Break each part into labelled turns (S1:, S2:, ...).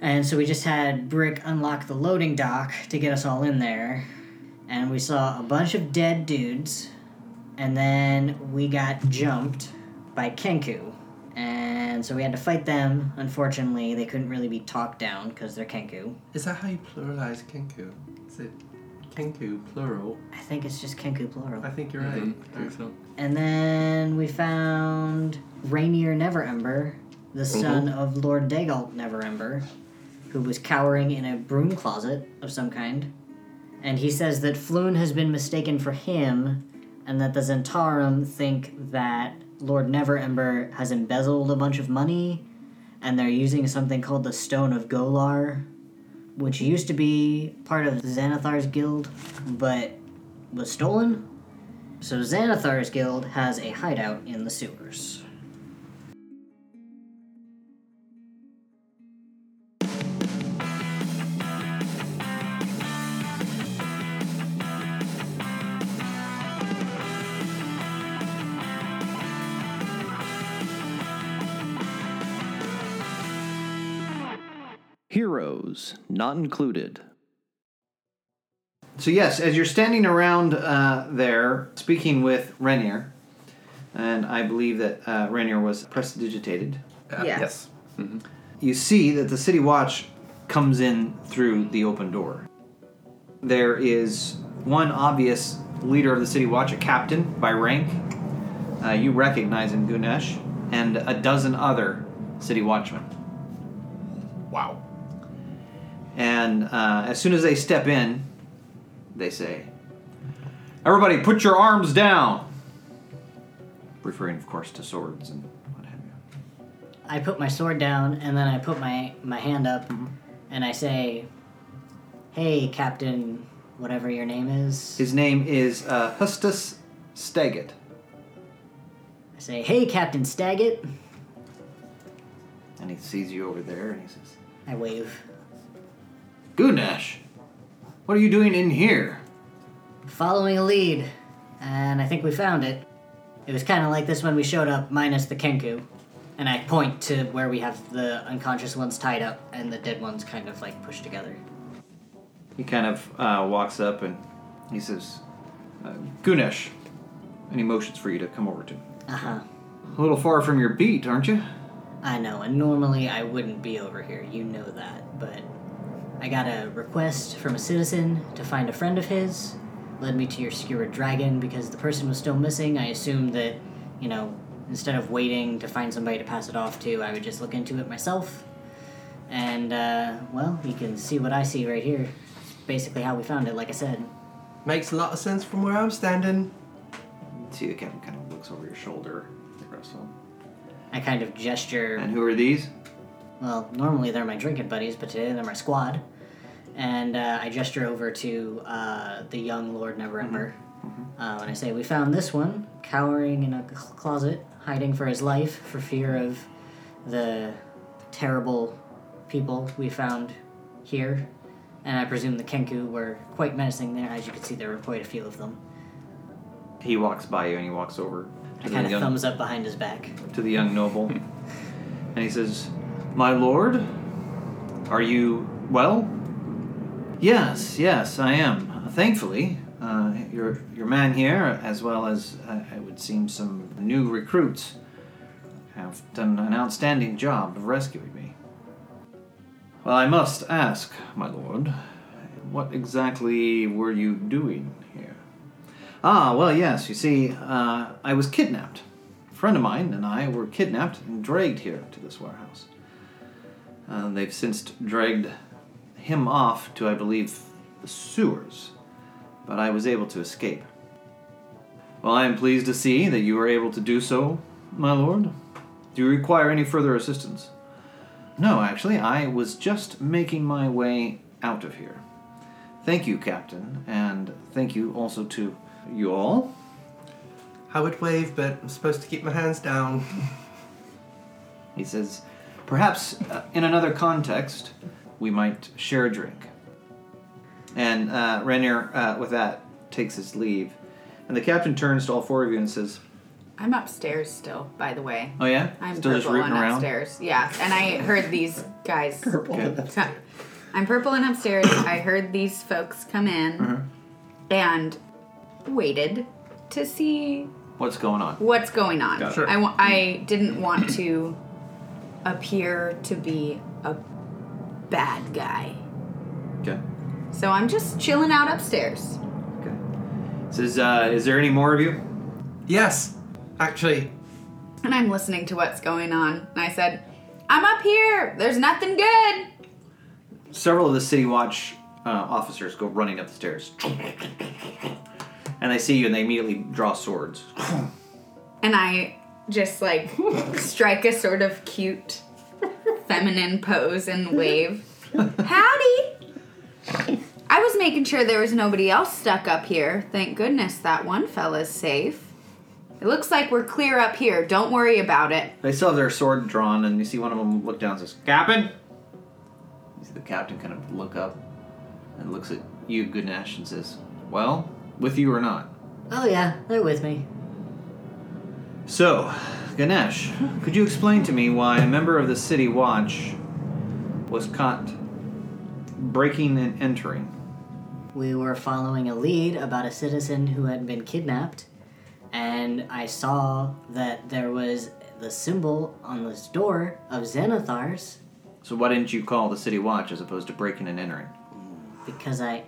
S1: And so we just had Brick unlock the loading dock to get us all in there. And we saw a bunch of dead dudes. And then we got jumped by Kenku. And so we had to fight them. Unfortunately, they couldn't really be talked down because they're Kenku.
S2: Is that how you pluralize Kenku? Is it Kenku plural?
S1: I think it's just Kenku plural.
S2: I think you're right.
S3: I think so.
S1: And then we found Rainier Neverember, the son of Lord Dagalt Neverember, who was cowering in a broom closet of some kind. And he says that Floon has been mistaken for him, and that the Zentarum think that Lord Neverember has embezzled a bunch of money, and they're using something called the Stone of Golar, which used to be part of Xanathar's guild, but was stolen. So Xanathar's guild has a hideout in the sewers.
S4: Heroes Not Included.
S5: So yes, as you're standing around uh, there speaking with Renier, and I believe that uh, Renier was prestidigitated,
S2: Uh,
S6: Yeah.
S2: Yes.
S5: you see that the city watch comes in through the open door. There is one obvious leader of the city watch, a captain by rank. Uh, you recognize him, Gunesh, and a dozen other city watchmen.
S2: Wow.
S5: And uh, as soon as they step in, they say, Everybody, put your arms down! Referring, of course, to swords and what have you.
S1: I put my sword down and then I put my, my hand up and I say, Hey, Captain, whatever your name is.
S5: His name is uh, Hustus Staggett.
S1: I say, Hey, Captain Staggett.
S5: And he sees you over there and he says,
S1: I wave.
S5: Gunash, what are you doing in here?
S1: Following a lead, and I think we found it. It was kind of like this when we showed up, minus the Kenku. And I point to where we have the unconscious ones tied up and the dead ones kind of like pushed together.
S5: He kind of uh, walks up and he says, uh, Gunesh, and he motions for you to come over to him.
S1: Uh huh.
S5: A little far from your beat, aren't you?
S1: I know, and normally I wouldn't be over here, you know that, but I got a request from a citizen to find a friend of his. Led me to your skewered dragon because the person was still missing. I assumed that, you know, instead of waiting to find somebody to pass it off to, I would just look into it myself. And, uh, well, you can see what I see right here. It's basically how we found it, like I said.
S2: Makes a lot of sense from where I'm standing.
S5: See, the captain kind of looks over your shoulder, Russell.
S1: I kind of gesture
S5: And who are these?
S1: Well, normally they're my drinking buddies, but today they're my squad. And uh, I gesture over to uh, the young Lord Neverember.
S5: Mm-hmm.
S1: Uh, and I say, We found this one, cowering in a c- closet, hiding for his life for fear of the terrible people we found here. And I presume the Kenku were quite menacing there. As you can see, there were quite a few of them.
S5: He walks by you and he walks over
S1: I
S5: to,
S1: kind
S5: the
S1: of
S5: young, Mm-hmm.
S1: thumbs up behind his back.
S5: to the young noble. and he says, My lord, are you well? Yes, yes, I am. Thankfully, uh, your, your man here, as well as uh, it would seem some new recruits, have done an outstanding job of rescuing me. Well, I must ask, my lord, what exactly were you doing here? Ah, well, yes. You see, uh, I was kidnapped. A friend of mine and I were kidnapped and dragged here to this warehouse. Uh, they've since dragged him off to, I believe, the sewers, but I was able to escape. Well, I am pleased to see that you were able to do so, my lord. Do you require any further assistance? No, actually, I was just making my way out of here. Thank you, Captain, and thank you also to you all.
S2: I would wave, but I'm supposed to keep my hands down.
S5: He says, perhaps uh, in another context, we might share a drink. And uh, Rainier, uh, with that, takes his leave. And the captain turns to all four of you and says,
S3: I'm upstairs still, by the way.
S5: Oh, yeah?
S3: I'm
S5: Still just
S3: purple
S5: rooting
S3: and
S5: around?
S3: upstairs. Yeah, and I heard these guys. purple.
S5: Okay.
S3: I'm purple and upstairs. I heard these folks come in
S5: Uh-huh.
S3: and waited to see
S5: What's going on?
S3: what's going on.
S5: Got it.
S2: Sure.
S3: I, wa- I didn't want to appear to be a bad guy.
S5: Okay.
S3: So I'm just chilling out upstairs.
S5: Okay. Says, uh, is there any more of you?
S2: Yes, actually,
S3: And I'm listening to what's going on. And I said, I'm up here. There's nothing good.
S5: Several of the City Watch uh, officers go running up the stairs. And they see you and they immediately draw swords.
S3: And I just like strike a sort of cute feminine pose and wave. Howdy! I was making sure there was nobody else stuck up here. Thank goodness that one fella's safe. It looks like we're clear up here. Don't worry about it.
S5: They still have their sword drawn, and you see one of them look down and says, Captain! You see the captain kind of look up and looks at you, Goodnash, and says, Well, with you or not?
S1: Oh yeah, they're with me.
S5: So, Ganesh, could you explain to me why a member of the City Watch was caught breaking and entering?
S1: We were following a lead about a citizen who had been kidnapped, and I saw that there was the symbol on this door of Xenothar's
S5: So, why didn't you call the City Watch as opposed to breaking and entering?
S1: because I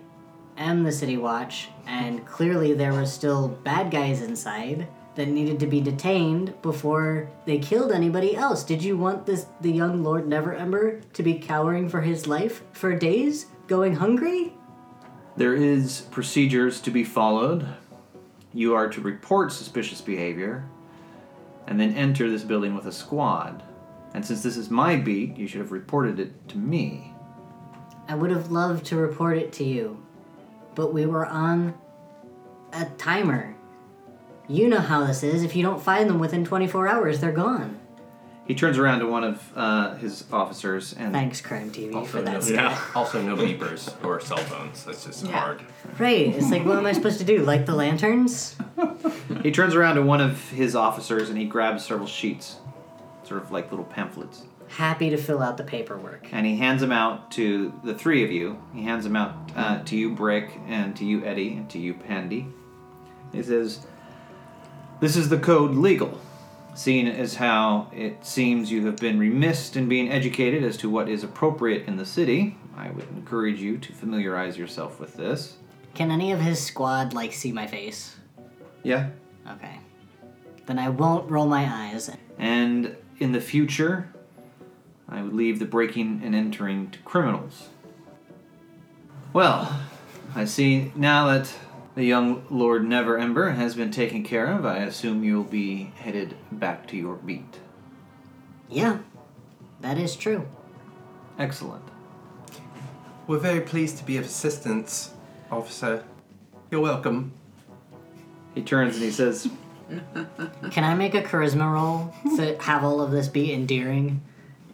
S1: am the City Watch, and clearly there were still bad guys inside that needed to be detained before they killed anybody else. Did you want this the young Lord Neverember to be cowering for his life for days, going hungry?
S5: There is procedures to be followed. You are to report suspicious behavior and then enter this building with a squad. And since this is my beat, you should have reported it to me.
S1: I would have loved to report it to you, but we were on a timer. You know how this is. If you don't find them within 24 hours, they're gone.
S5: He turns around to one of uh, his officers and
S1: Thanks, Crime TV,
S6: Also
S1: for
S6: no,
S1: that.
S6: yeah. also no beepers or cell phones. That's just
S3: Yeah.
S6: hard.
S1: Right. It's like, what am I supposed to do? Light the lanterns?
S5: he turns around to one of his officers and he grabs several sheets, sort of like little pamphlets,
S1: Happy to fill out the paperwork.
S5: and he hands them out to the three of you. He hands them out uh, to you, Brick, and to you, Eddie, and to you, Pandy. He says, This is the code legal, seeing as how it seems you have been remiss in being educated as to what is appropriate in the city. I would encourage you to familiarize yourself with this.
S1: Can any of his squad, like, see my face?
S5: Yeah,
S1: Okay. Then I won't roll my eyes.
S5: And in the future, I would leave the breaking and entering to criminals. Well, I see now that the young Lord Never Ember has been taken care of, I assume you'll be headed back to your beat.
S1: Yeah, that is true.
S5: Excellent.
S2: we're very pleased to be of assistance, officer. You're welcome.
S5: He turns and he says,
S1: Can I make a charisma roll to have all of this be endearing,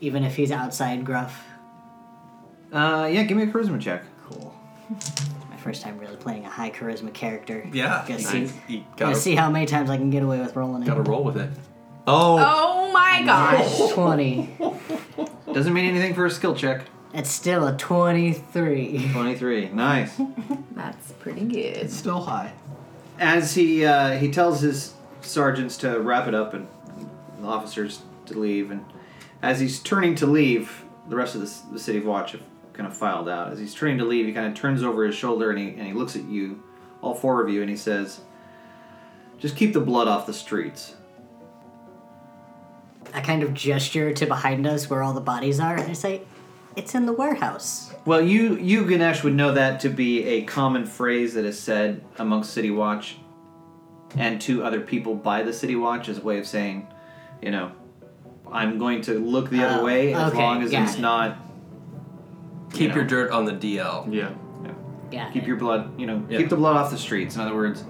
S1: even if he's outside gruff?
S5: uh, yeah, give me a charisma check.
S1: Cool. My first time really playing a high charisma character.
S2: Yeah,
S1: Gonna
S2: nice.
S1: see,
S2: You
S1: gonna
S2: gotta-
S1: see how many times I can get away with rolling
S6: Gotta
S1: it.
S6: roll with it.
S2: Oh,
S3: Oh my gosh.
S1: Twenty.
S5: Doesn't mean anything for a skill check.
S1: It's still a twenty-three.
S5: 23. Nice.
S3: That's pretty good.
S2: still high.
S5: as he uh, he tells his sergeants to wrap it up and the officers to leave, and as he's turning to leave, the rest of the, c- the city of watch have kind of filed out. As he's turning to leave, he kind of turns over his shoulder and he and he looks at you, all four of you, and he says, "Just keep the blood off the streets."
S1: I kind of gesture to behind us where all the bodies are, and I say, "It's in the warehouse."
S5: Well, you you Ganesh would know that to be a common phrase that is said amongst City Watch and to other people by the City Watch as a way of saying, you know, I'm going to look the other
S1: Oh,
S5: way as
S1: okay,
S5: long as
S1: got
S5: it's
S1: it.
S5: not
S2: Keep
S5: know.
S2: your dirt on the DL.
S7: Yeah.
S1: Got
S5: Keep
S1: it.
S5: your blood, you know,
S2: Yeah.
S5: keep the blood off the streets. In other words,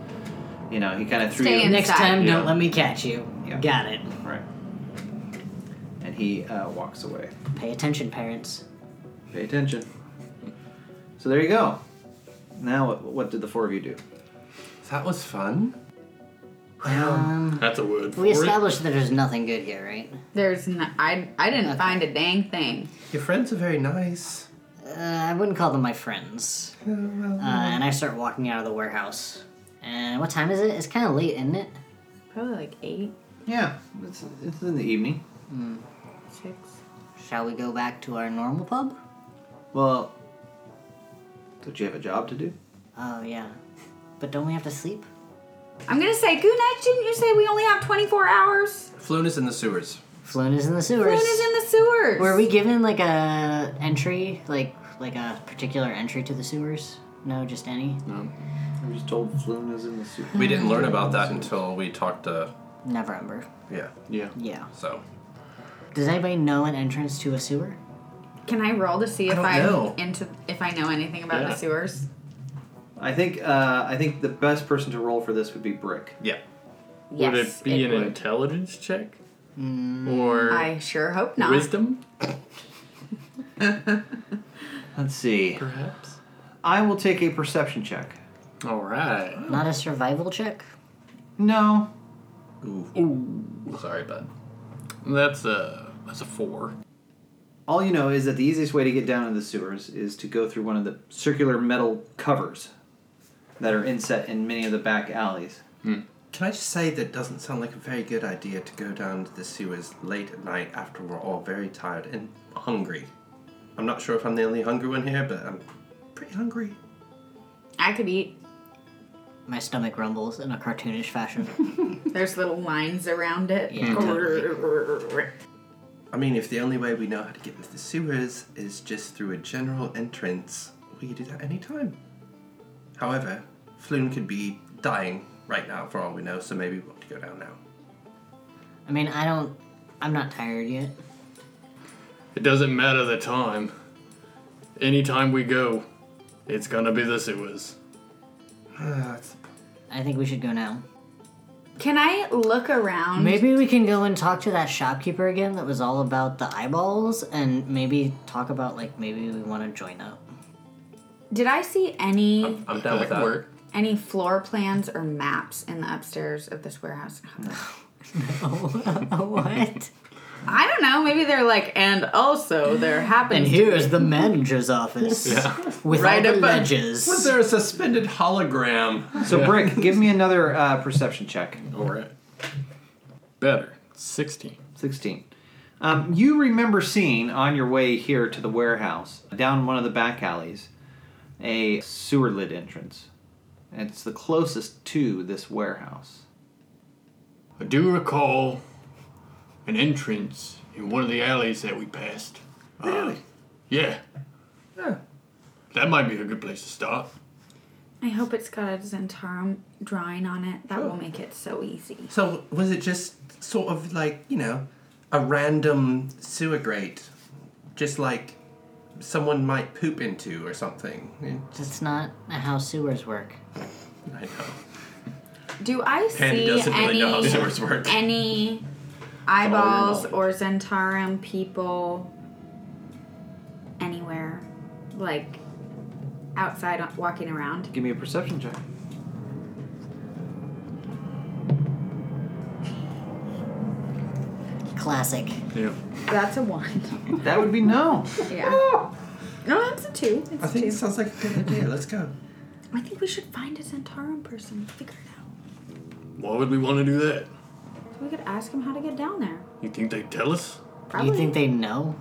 S5: you know, he kind of threw
S3: Stay
S5: you.
S3: in-
S1: Next
S3: inside.
S1: time,
S7: Yeah.
S1: don't let me catch you.
S5: Yeah.
S1: Got it.
S5: Right. And he uh, walks away.
S1: Pay attention, parents.
S5: Pay attention. So there you go. Now, what, what did the four of you do?
S2: That was fun.
S1: Um,
S7: That's a
S1: we
S7: word. for it.
S1: established that there's nothing good here, right?
S3: There's n I, I didn't find a dang thing.
S2: Your friends are very nice.
S1: Uh, I wouldn't call them my friends.
S2: Uh, well,
S1: Uh, and I start walking out of the warehouse. And what time is it? It's kind of late, isn't it?
S3: Probably like eight,
S5: Yeah, it's, it's in the evening.
S3: six.
S1: Shall we go back to our normal pub?
S5: Well, don't you have a job to do?
S1: Oh, yeah. But don't we have to sleep?
S3: I'm gonna say, good night. Didn't you say we only have 24 hours?
S2: Floon is in the sewers.
S1: Floon is in the sewers.
S3: Moon is in the sewers.
S1: Were we given like a entry, like like a particular entry to the sewers? No, just any.
S5: No. I'm just told Floon is in the soup.
S2: We didn't learn about that until we talked to.
S1: Never Ember.
S2: Yeah,
S7: Yeah.
S1: Yeah.
S2: so.
S1: Does anybody know an entrance to a sewer?
S3: Can I roll to see if
S2: don't
S3: I
S2: know.
S3: into if I know anything about
S7: Yeah.
S3: the sewers?
S5: I think uh, I think the best person to roll for this would be Brick.
S2: Yeah.
S3: Yes.
S7: would it be an
S3: would.
S7: intelligence check?
S2: Mm.
S7: Or
S3: I sure hope not.
S7: wisdom,
S5: Let's see.
S7: perhaps?
S5: I will take a perception check.
S7: All right.
S1: Not a survival check.
S5: No.
S2: Ooh. Sorry, bud.
S7: That's a that's a four.
S5: All you know is that the easiest way to get down into the sewers is to go through one of the circular metal covers that are inset in many of the back alleys.
S2: Can I just say that doesn't sound like a very good idea to go down to the sewers late at night after we're all very tired and hungry. I'm not sure if I'm the only hungry one here, but I'm pretty hungry.
S3: I could eat.
S1: My stomach rumbles in a cartoonish fashion.
S3: There's little lines around it.
S1: Yeah,
S2: I mean, if the only way we know how to get into the sewers is just through a general entrance, we can do that anytime. However, Floon could be dying right now for all we know, so maybe we want to go down now.
S1: I mean, I don't. I'm not tired yet.
S7: It doesn't matter the time. Anytime we go, it's gonna be the sewers.
S2: Ah, that's the p-
S1: I think we should go now.
S3: Can I look around?
S1: Maybe we can go and talk to that shopkeeper again that was all about the eyeballs and maybe talk about like maybe we want to join up.
S3: Did I see any
S2: I'm down with
S7: could
S2: that.
S7: work.
S3: any floor plans or maps in the upstairs of this warehouse?
S1: what?
S3: I don't know. Maybe they're like, and also there
S1: And
S3: happens
S1: here's the manager's office with
S3: Right
S1: all the
S3: up a-
S1: ledges.
S2: Was there a suspended hologram?
S5: So, Brick, give me another uh, perception check.
S7: All right. Better. Sixteen.
S5: 16. Um, you remember seeing on your way here to the warehouse, down one of the back alleys, a sewer lid entrance. It's the closest to this warehouse.
S7: I do recall an entrance in one of the alleys that we passed. Really? yeah.
S2: Yeah.
S7: That might be a good place to start.
S3: I hope it's got a Zentarum drawing on it. That will make it so easy.
S2: So was it just sort of like you know, a random sewer grate, just like someone might poop into or something? Yeah,
S1: That's not how sewers work.
S2: I know.
S3: Do I see
S2: Pandy doesn't
S3: any
S2: really know how sewers work.
S3: any
S2: all your
S3: eyeballs
S2: knowledge.
S3: or Zentarum people anywhere, like outside on- walking around?
S5: Give me a perception check.
S1: Classic.
S7: Yeah.
S3: That's a one.
S5: That would be no.
S3: yeah. No, that's a two. It's
S2: I think
S3: a
S2: it
S3: two.
S2: sounds like a good idea. Let's go.
S3: I think we should find a Zentarum person. Figure it out.
S7: Why would we want to do that?
S3: We could ask him how to get down there.
S7: You think they tell us?
S3: Probably.
S1: You think they know?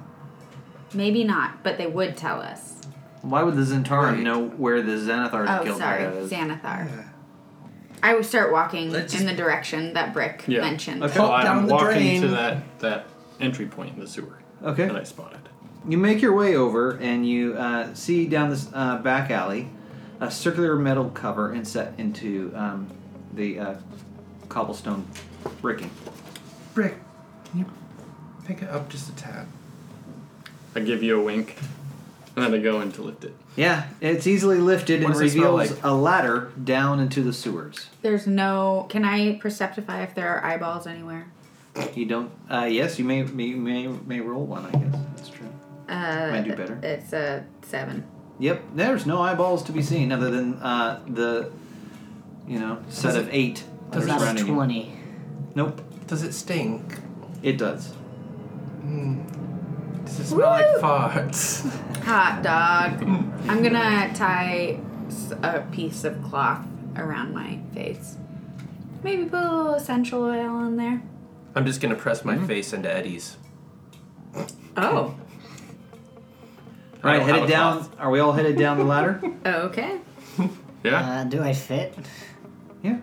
S3: Maybe not, but they would tell us.
S5: Why would the Zentaran
S2: Right.
S5: know where the Xanathar
S3: Oh,
S5: killed
S3: sorry,
S5: Mario is?
S3: Xanathar. I would start walking
S2: Let's
S3: in the direction that Brick
S7: Yeah.
S3: mentioned.
S7: Okay.
S2: Pop
S7: I'm
S2: down the
S7: walking
S2: drain.
S7: to that that entry point in the sewer that I
S5: Okay.
S7: spotted.
S5: You make your way over and you uh, see down this uh, back alley a circular metal cover inset into um, the uh, cobblestone bricking.
S2: Brick, can you pick it up just a tad?
S7: I give you a wink. had to go and to lift it.
S5: Yeah, it's easily lifted
S6: What
S5: and
S6: does it smell
S5: reveals a ladder down into the sewers.
S3: There's no. Can I perceptify if there are eyeballs anywhere?
S5: You don't. Uh, yes, you may, may may may roll one. I guess that's true.
S3: Uh,
S5: Might do better.
S3: It's a seven.
S5: Yep. There's no eyeballs to be seen other than uh, the, you know, set of eight that are
S1: That's
S5: surrounding you.
S1: twenty.
S5: Nope.
S2: Does it stink?
S5: It does.
S2: Does it smell like farts?
S3: Hot dog. I'm gonna tie s- a piece of cloth around my face. Maybe put a little essential oil in there.
S2: I'm just gonna press my face into Eddie's.
S3: Oh.
S5: All right,
S2: don't have
S5: headed
S2: a
S5: down.
S2: cloth.
S5: Are we all headed down the ladder?
S3: Okay.
S7: Yeah.
S1: Uh, do I fit?
S5: Yeah.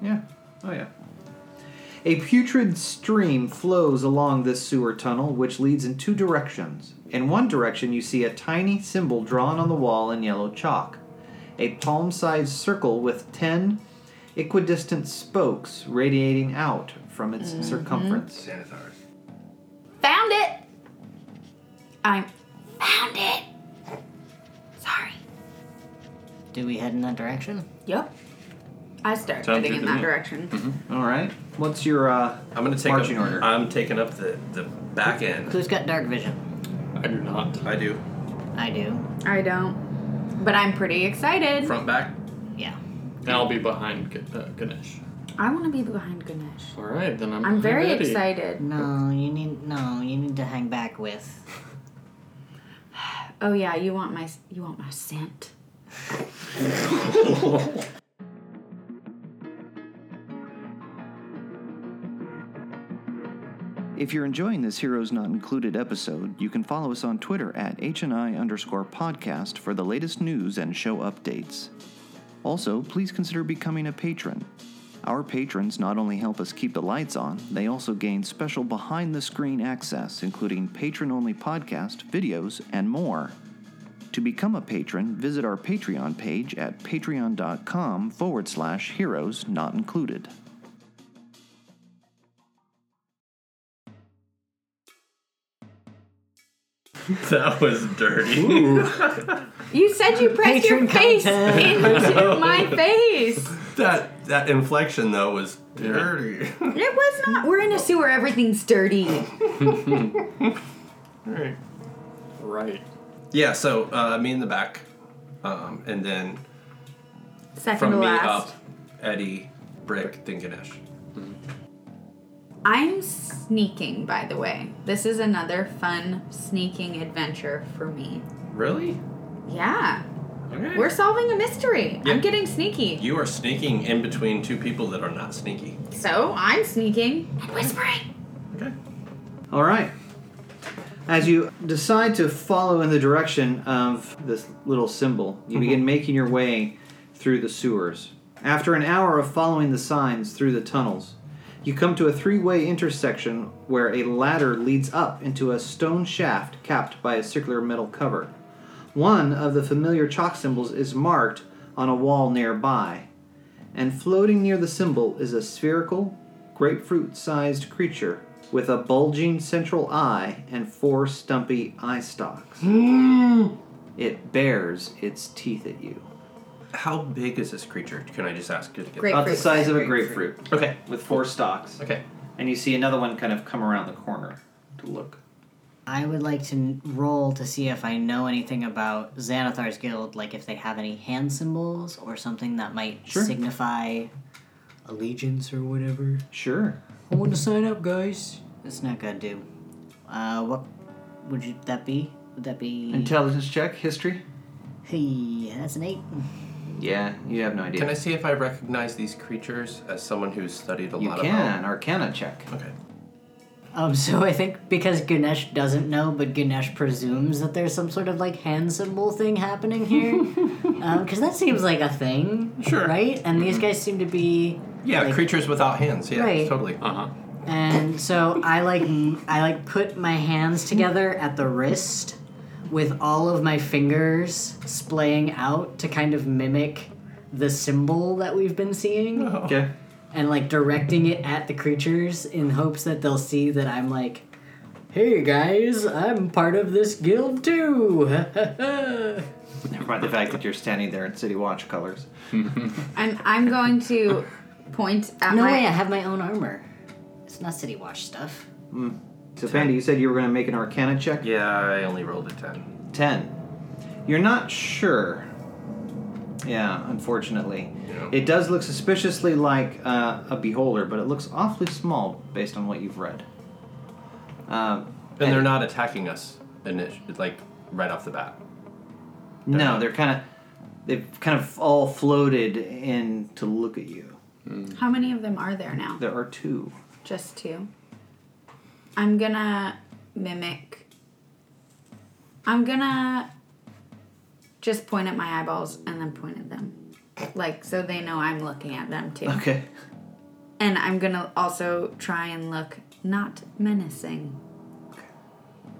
S5: Yeah. Oh, yeah. A putrid stream flows along this sewer tunnel, which leads in two directions. In one direction, you see a tiny symbol drawn on the wall in yellow chalk a palm sized circle with ten equidistant spokes radiating out from its circumference.
S2: Xanathar.
S3: Found it. I found it. Sorry.
S1: Do we head in that direction?
S3: Yep. I start
S7: Sounds
S3: heading in
S7: good
S3: that
S7: to me. Mm-hmm.
S3: direction.
S5: All right. What's your uh,
S2: I'm gonna take
S5: marching
S2: up,
S5: order?
S2: I'm taking up the, the back end.
S1: Who's got dark vision?
S3: Uh,
S7: I do not.
S2: I do.
S1: I do.
S3: I don't. But I'm pretty excited.
S2: Front back.
S1: Yeah.
S7: And I'll be behind G- uh, Ganesh.
S3: I want to be behind Ganesh.
S7: All right, then I'm.
S3: I'm very
S7: ready.
S3: excited.
S1: No, you need no. You need to hang back with.
S3: Oh yeah, you want my you want my scent.
S4: If you're enjoying this Heroes Not Included episode, you can follow us on Twitter at HNI underscore podcast for the latest news and show updates. Also, please consider becoming a patron. Our patrons not only help us keep the lights on, they also gain special behind the screen access, including patron only podcast, videos, and more. To become a patron, visit our Patreon page at patreon.com forward slash heroes not included.
S2: That was dirty.
S3: You said you pressed your
S1: Patron
S3: face
S1: content.
S3: into my face.
S2: That that inflection though was dirty.
S3: It was not. We're in a sewer. Everything's dirty.
S7: Right. Right.
S2: yeah, so uh, me in the back, um, and then
S3: Second to
S2: from me
S3: last.
S2: up, Eddie, Brick, then Ganesh.
S3: I'm sneaking, by the way. This is another fun sneaking adventure for me.
S2: Really?
S3: Yeah.
S2: Okay.
S3: We're solving a mystery.
S2: Yeah.
S3: I'm getting sneaky.
S2: you are sneaking in between two people that are not sneaky.
S3: So I'm sneaking and whispering.
S2: Okay.
S5: All right. As you decide to follow in the direction of this little symbol, you begin making your way through the sewers. After an hour of following the signs through the tunnels, you come to a three way intersection where a ladder leads up into a stone shaft capped by a circular metal cover. One of the familiar chalk symbols is marked on a wall nearby, and floating near the symbol is a spherical, grapefruit sized creature with a bulging central eye and four stumpy eye stalks. It bares its teeth at you.
S2: How big is this creature? Can I just ask you to get
S3: Great.
S5: About the
S3: Grapefruit,
S5: size of a
S3: grapefruit.
S5: grapefruit
S2: Okay.
S5: with four stalks.
S2: Okay.
S5: And you see another one kind of come around the corner to look.
S1: I would like to n- roll to see if I know anything about Xanathar's guild, like if they have any hand symbols or something that might
S5: Sure.
S1: signify allegiance or whatever.
S5: Sure.
S1: I want to sign up, guys. It's not gonna do. Uh, what would you that be? Would that be?
S5: Intelligence check, history?
S1: hey, that's an eight.
S5: Yeah, you have no idea.
S2: Can I see if I recognize these creatures as someone who's studied a
S5: you
S2: lot
S5: can,
S2: about?
S5: arcana check.
S2: Okay.
S1: Um, so I think because Ganesh doesn't know, but Ganesh presumes that there's some sort of like hand symbol thing happening here, because that seems like a thing,
S2: Sure.
S1: right? And these guys seem to be
S2: Yeah,
S1: Like-
S2: creatures without hands. Yeah,
S1: Right.
S2: totally.
S7: Uh huh.
S1: And so I like I like put my hands together at the wrist with all of my fingers splaying out to kind of mimic the symbol that we've been seeing
S5: Okay.
S1: and like directing it at the creatures in hopes that they'll see that I'm like hey guys, I'm part of this guild too.
S5: Never mind the fact that you're standing there in City Watch colors.
S3: And I'm going to point at
S1: no
S3: my.
S1: way, I have my own armor. It's not City Watch stuff.
S5: So, Fandy, you said you were going to make an Arcana check.
S2: Yeah, I only rolled a 10.
S5: 10. You're not sure. Yeah, unfortunately.
S2: Yeah.
S5: It does look suspiciously like uh, a beholder, but it looks awfully small based on what you've read. Um,
S6: And they're not attacking us, init- like right off the bat.
S5: no, they're kind of they've kind of all floated in to look at you.
S3: How many of them are there now?
S5: There are two.
S3: Just two. I'm gonna mimic. I'm gonna just point at my eyeballs and then point at them. Like, so they know I'm looking at them too.
S5: Okay.
S3: And I'm gonna also try and look not menacing.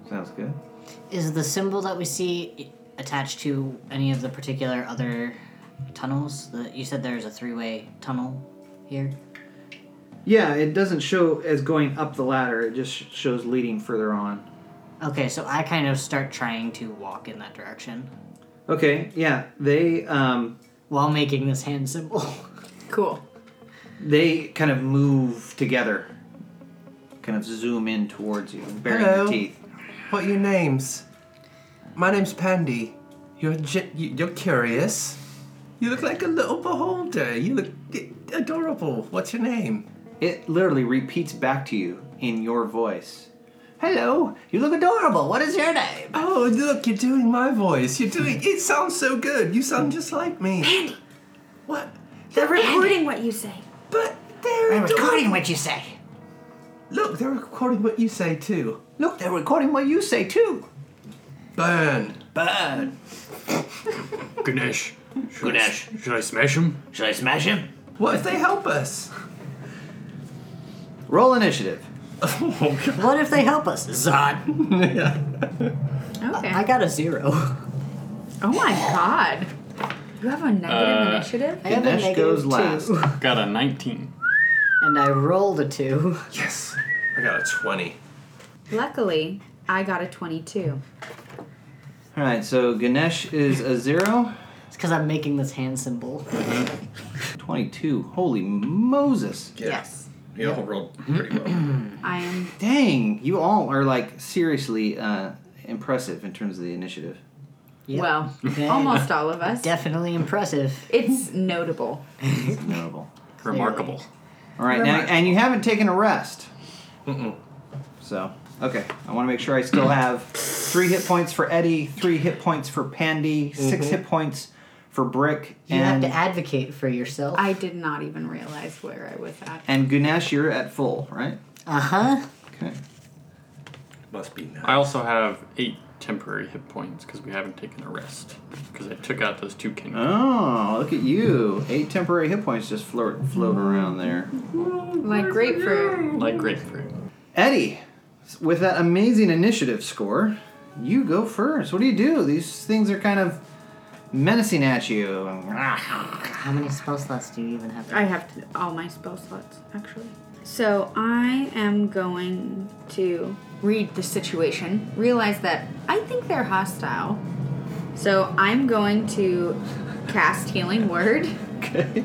S5: Sounds good.
S1: Is the symbol that we see attached to any of the particular other tunnels? The, you said there's a three-way tunnel here.
S5: Yeah, it doesn't show as going up the ladder. It just sh- shows leading further on.
S1: Okay, so I kind of start trying to walk in that direction
S5: Okay. Yeah, they um,
S1: while making this hand symbol.
S3: Cool.
S5: they kind of move together, kind of zoom in towards you, baring
S2: Hello.
S5: their teeth.
S2: What are your names? My name's Pandy. You're ge- you- you're curious. You look like a little beholder. You look d- adorable. What's your name?
S5: It literally repeats back to you in your voice. Hello, you look adorable. What is your name?
S2: Oh, look, you're doing my voice. You're doing. It sounds so good. You sound just like me. Pandy. What? They're recording.
S3: what you say.
S2: But they're, recording.
S1: what you say.
S2: Look, they're recording what you say too.
S5: Look, they're recording what you say too.
S2: Burn.
S5: Burn.
S7: Ganesh. Should
S5: Ganesh.
S7: I, should I smash him?
S5: Should I smash him?
S2: What if they help us?
S5: Roll initiative.
S2: oh God.
S1: What if they help us, Zod?
S3: Okay.
S1: I got a zero.
S3: oh my god. You have a negative initiative?
S1: I have a
S5: Ganesh
S1: negative
S5: goes
S1: two,
S5: last.
S7: Got a 19.
S1: and I rolled a two.
S2: Yes. I got a twenty.
S3: Luckily, I got a 22.
S5: All right, so Ganesh is a zero.
S1: It's because I'm making this hand symbol.
S5: 22. Holy Moses.
S3: Yes.
S2: You all rolled pretty well.
S3: I am.
S5: Dang, you all are like seriously uh, impressive in terms of the initiative.
S1: Yep.
S3: Well,
S1: Okay.
S3: almost all of us.
S1: Definitely impressive.
S3: It's notable.
S5: It's notable.
S7: Remarkable.
S5: All right, now, and you haven't taken a rest. So, okay. I want to make sure I still have three hit points for Eddie, three hit points for Pandy, six hit points for Brick,
S1: You have
S5: and,
S1: to advocate for yourself.
S3: I did not even realize where I was at.
S5: and Gunesh, you're at full, right?
S1: Uh huh.
S5: Okay.
S2: Must be nice.
S7: I also have eight temporary hit points because we haven't taken a rest. Because I took out those two kingdoms.
S5: Oh, look at you. Eight temporary hit points just float, floating around there.
S3: Like grapefruit.
S7: Like grapefruit.
S5: Eddie, with that amazing initiative score, you go first. What do you do? These things are kind of menacing at you.
S1: How many spell slots do you even have?
S3: I have to, all my spell slots, actually. So I am going to read the situation, realize that I think they're hostile. So I'm going to cast Healing Word
S5: Okay.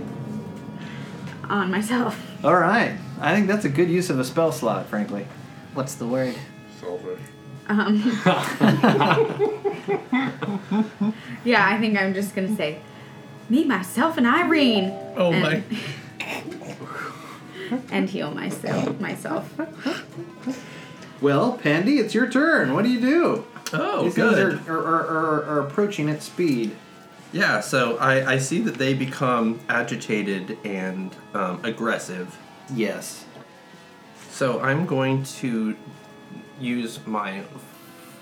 S3: on myself.
S5: All right. I think that's a good use of a spell slot, frankly.
S1: What's the word?
S3: Um, yeah, I think I'm just gonna say, me, myself, and Irene.
S2: Oh
S3: and,
S2: my.
S3: And heal myself. Myself.
S5: Well, Pandy, it's your turn. What do you do?
S2: Oh,
S5: These
S2: good.
S5: things are, are, are, are, are approaching at speed.
S2: Yeah, so I, I see that they become agitated and um, aggressive.
S5: Yes.
S2: So I'm going to use my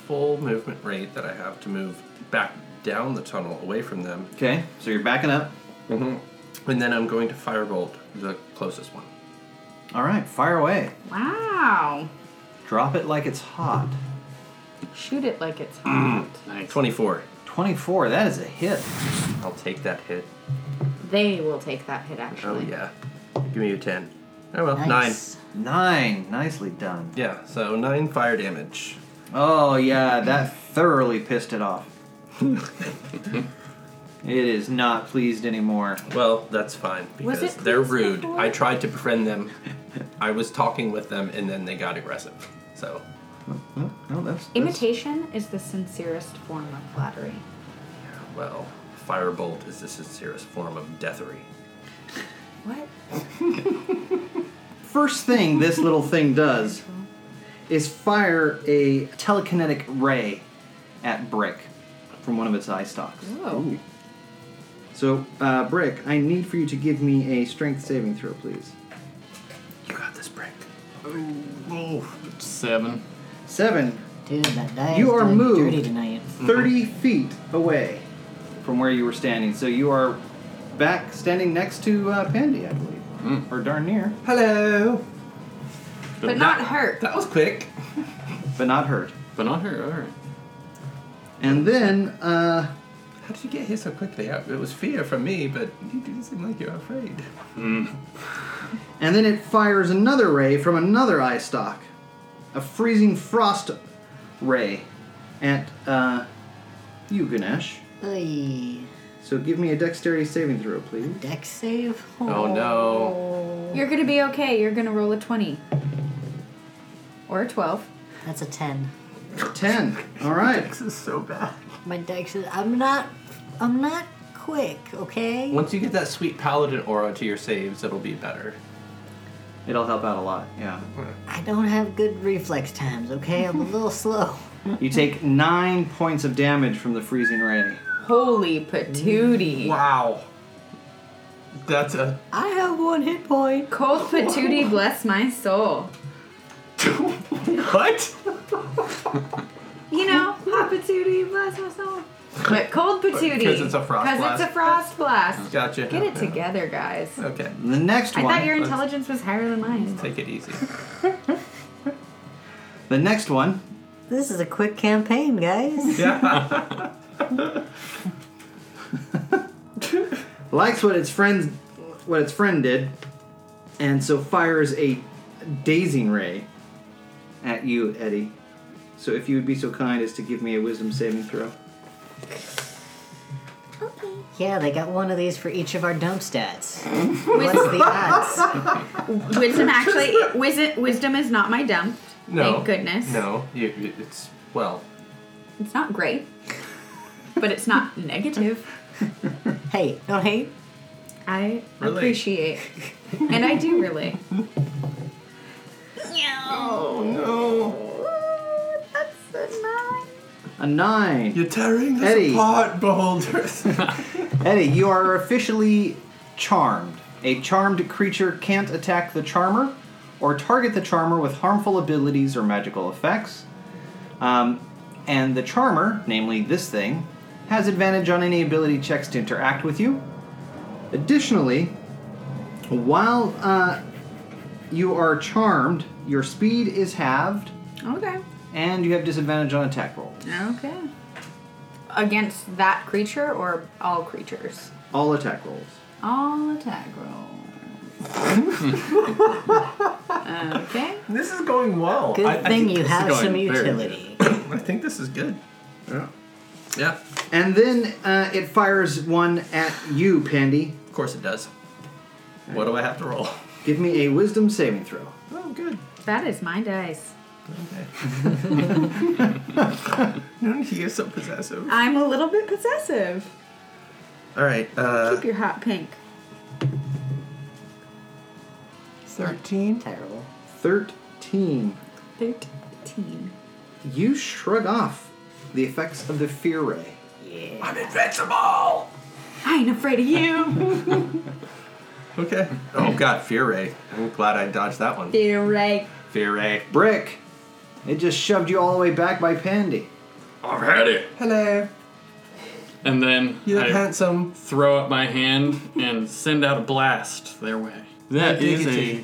S2: full movement rate that I have to move back down the tunnel away from them.
S5: Okay. So you're backing up.
S2: And then I'm going to firebolt the closest one.
S5: All right. Fire away.
S3: Wow.
S5: Drop it like it's hot.
S3: Shoot it like it's hot.
S2: Mm.
S7: Nice.
S2: 24.
S5: 24. That is a hit.
S2: I'll take that hit.
S3: they will take that hit,
S2: Oh,
S3: actually.
S2: yeah. Give me your 10. Oh well,
S1: Nice.
S5: Nine. Nicely done.
S2: nine. Yeah, so nine fire damage.
S5: Oh, yeah, that thoroughly pissed it off. it is not pleased anymore.
S2: Well, that's fine
S3: Was
S2: because
S3: it
S2: they're
S3: pleased
S2: rude.
S3: before?
S2: I tried to befriend them. I was talking with them, and then they got aggressive. So
S5: No, no, that's. that's-
S3: Imitation is the sincerest form of flattery.
S2: Well, firebolt is the sincerest form of deathery.
S3: What?
S5: First thing this little thing does is fire a telekinetic ray at Brick from one of its eye stalks.
S3: Oh.
S5: So, uh, Brick, I need for you to give me a strength saving throw, please.
S2: You got this, Brick.
S7: Oh, seven.
S5: Seven.
S1: Dude, that die
S5: You
S1: is
S5: are
S1: doing
S5: moved.
S1: dirty tonight.
S2: Mm-hmm.
S5: 30 feet away from where you were standing. So you are back standing next to uh, Pandy, I believe.
S2: Mm.
S5: Or darn near.
S2: Hello.
S3: But not hurt.
S2: That was quick.
S5: But not hurt.
S7: But not her, alright.
S5: And then, uh,
S2: How did you get here so quickly? I- It was fear from me, but you didn't seem like you were afraid.
S5: and then it fires another ray from another eye stalk. A freezing frost ray at, uh, you, Ganesh.
S1: Oy.
S5: So give me a dexterity saving throw, please.
S1: Deck save?
S2: Oh no.
S3: You're gonna be okay. You're gonna roll a 20. Or a 12.
S1: That's a 10.
S5: 10. All right.
S2: This is so bad.
S1: My dex is. I'm not. I'm not quick, okay?
S2: Once you get that sweet paladin aura to your saves, it'll be better.
S5: It'll help out a lot, yeah.
S1: I don't have good reflex times, okay? I'm a little slow.
S5: You take nine points of damage from the freezing ray.
S3: Holy patootie.
S2: Wow. That's a.
S1: I have one hit point.
S3: Cold patootie, bless my soul.
S2: what?
S3: You know, hot patootie, bless my soul. But cold patootie.
S2: 'cause it's a frost
S3: Because it's
S2: blast.
S3: a frost blast.
S2: Gotcha.
S3: Get it
S2: Yeah.
S3: together, guys.
S2: Okay.
S5: The next
S3: I
S5: one.
S3: thought your intelligence was higher than mine.
S2: Take it easy.
S5: The next one
S1: This is a quick campaign, guys.
S2: Yeah.
S5: likes what its friends what its friend did, and so fires a dazing ray at you, Eddie. So if you would be so kind as to give me a wisdom saving throw.
S1: yeah, they got one of these for each of our dump stats. What's the odds?
S3: Wisdom actually, wisdom, wisdom is not my dump.
S2: no.
S3: Thank goodness.
S2: No. You, you- it's well.
S3: It's not great, but it's not negative.
S1: Hey, don't hate.
S3: I
S2: Relate.
S3: appreciate, and I do relate.
S2: Oh,
S5: A nine.
S2: You're tearing us
S5: Eddie.
S2: apart, beholders.
S5: Eddie, you are officially charmed. A charmed creature can't attack the charmer or target the charmer with harmful abilities or magical effects. Um, and the charmer, namely this thing, has advantage on any ability checks to interact with you. Additionally, while uh, you are charmed, your speed is halved
S3: Okay.
S5: and you have disadvantage on attack rolls.
S3: Okay. Against that creature or all creatures?
S5: All attack rolls.
S3: All attack rolls. okay.
S2: this is going well.
S1: Good
S2: I, I
S1: thing
S2: think
S1: you
S2: this is
S1: have
S2: going
S1: some
S2: very good.
S1: utility.
S2: I think this is good.
S5: Yeah.
S2: Yeah,
S5: And then uh, it fires one at you, Pandy.
S2: of course it does. What do I have to roll?
S5: Give me a wisdom saving throw.
S2: Oh, good.
S3: That is my dice.
S2: Okay. no need to get so possessive.
S3: I'm a little bit possessive.
S2: All right. Uh,
S3: Keep your hot pink.
S2: Thirteen.
S1: Terrible.
S5: 13.
S3: 13.
S5: You shrug off the effects of the fear ray.
S1: Yeah.
S2: I'm invincible.
S3: I ain't afraid of you.
S2: Okay. Oh God, fear ray. I'm glad I dodged that one.
S3: You're right.
S2: Fear ray.
S5: Brick, it just shoved you all the way back by Pandy.
S7: I've had it.
S2: Hello.
S7: And then
S2: You're
S7: I
S2: handsome.
S7: throw up my hand and send out a blast their way. That
S2: dig
S7: is
S2: it,
S7: a
S2: Jimmy.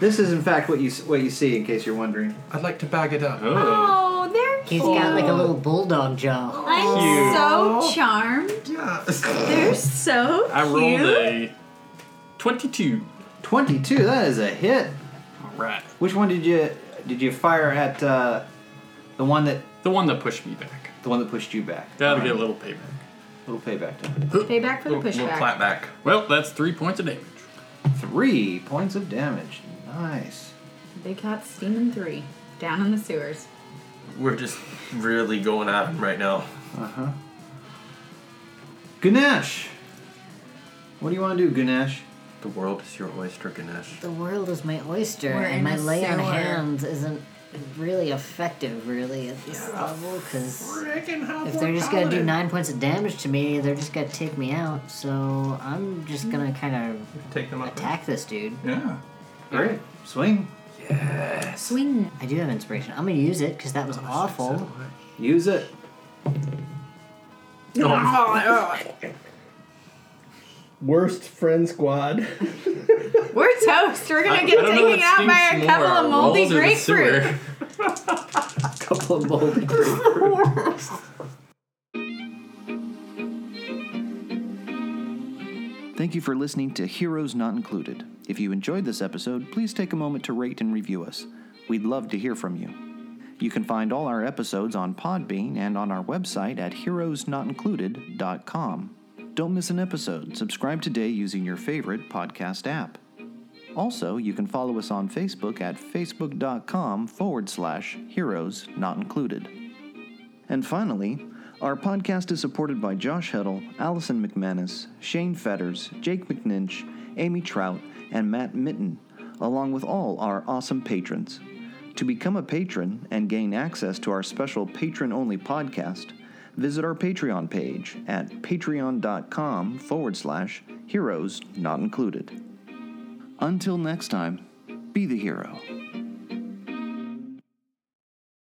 S5: This is in fact what you s- what you see, in case you're wondering.
S2: I'd like to bag it up.
S7: oh.
S3: Oh, they're
S1: He's
S3: cute.
S1: got like a little bulldog jaw.
S3: I'm
S7: Cute.
S3: so charmed.
S2: Yeah.
S3: They're so cute.
S7: I rolled a twenty-two.
S8: Twenty-two. That is a hit.
S7: All right.
S8: Which one did you did you fire at? Uh, the one that
S7: The one that pushed me back.
S8: the one that pushed you back.
S7: That'll get a little payback.
S8: Little payback time.
S3: Payback for the
S2: We'll, we'll
S3: pushback.
S2: clap back.
S7: Well, that's three points of damage.
S8: Three points of damage. Nice.
S3: Big hot steaming three down in the sewers.
S2: We're just really going at him right now.
S8: Ganesh. What do you want to do, Ganesh?
S2: The world is your oyster, Ganesh.
S1: The world is my oyster,
S3: We're in
S1: and my
S3: a
S1: lay on
S3: sewer.
S1: hands isn't really effective, really, at this level, because if they're just gonna do nine points of damage to me, they're just gonna take me out. So I'm just gonna kind
S2: Take them
S1: of
S2: up.
S1: attack this dude.
S7: Yeah.
S8: Great. Swing.
S3: Swing.
S1: I do have inspiration. I'm gonna use it because that was awful.
S8: Use it.
S3: Oh,
S2: Worst friend squad.
S3: We're toast. We're gonna
S9: I-
S3: get
S9: I don't know
S3: taken
S9: what
S3: out by
S9: stinks
S3: a
S9: more,
S3: couple
S9: our
S3: of moldy
S9: walls or the
S3: grapefruit.
S9: sewer.
S8: Couple of moldy.
S5: Thank you for listening to Heroes Not Included. If you enjoyed this episode, please take a moment to rate and review us. We'd love to hear from you. You can find all our episodes on Podbean and on our website at heroesnotincluded.com. Don't miss an episode. Subscribe today using your favorite podcast app. Also, you can follow us on Facebook at facebook.com forward slash heroes not included. And finally, our podcast is supported by Josh Heddle, Allison McManus, Shane Fetters, Jake McNinch, Amy Trout, and Matt Mitten, along with all our awesome patrons. To become a patron and gain access to our special patron only podcast, visit our Patreon page at patreon.com forward slash heroes not included. Until next time, be the hero.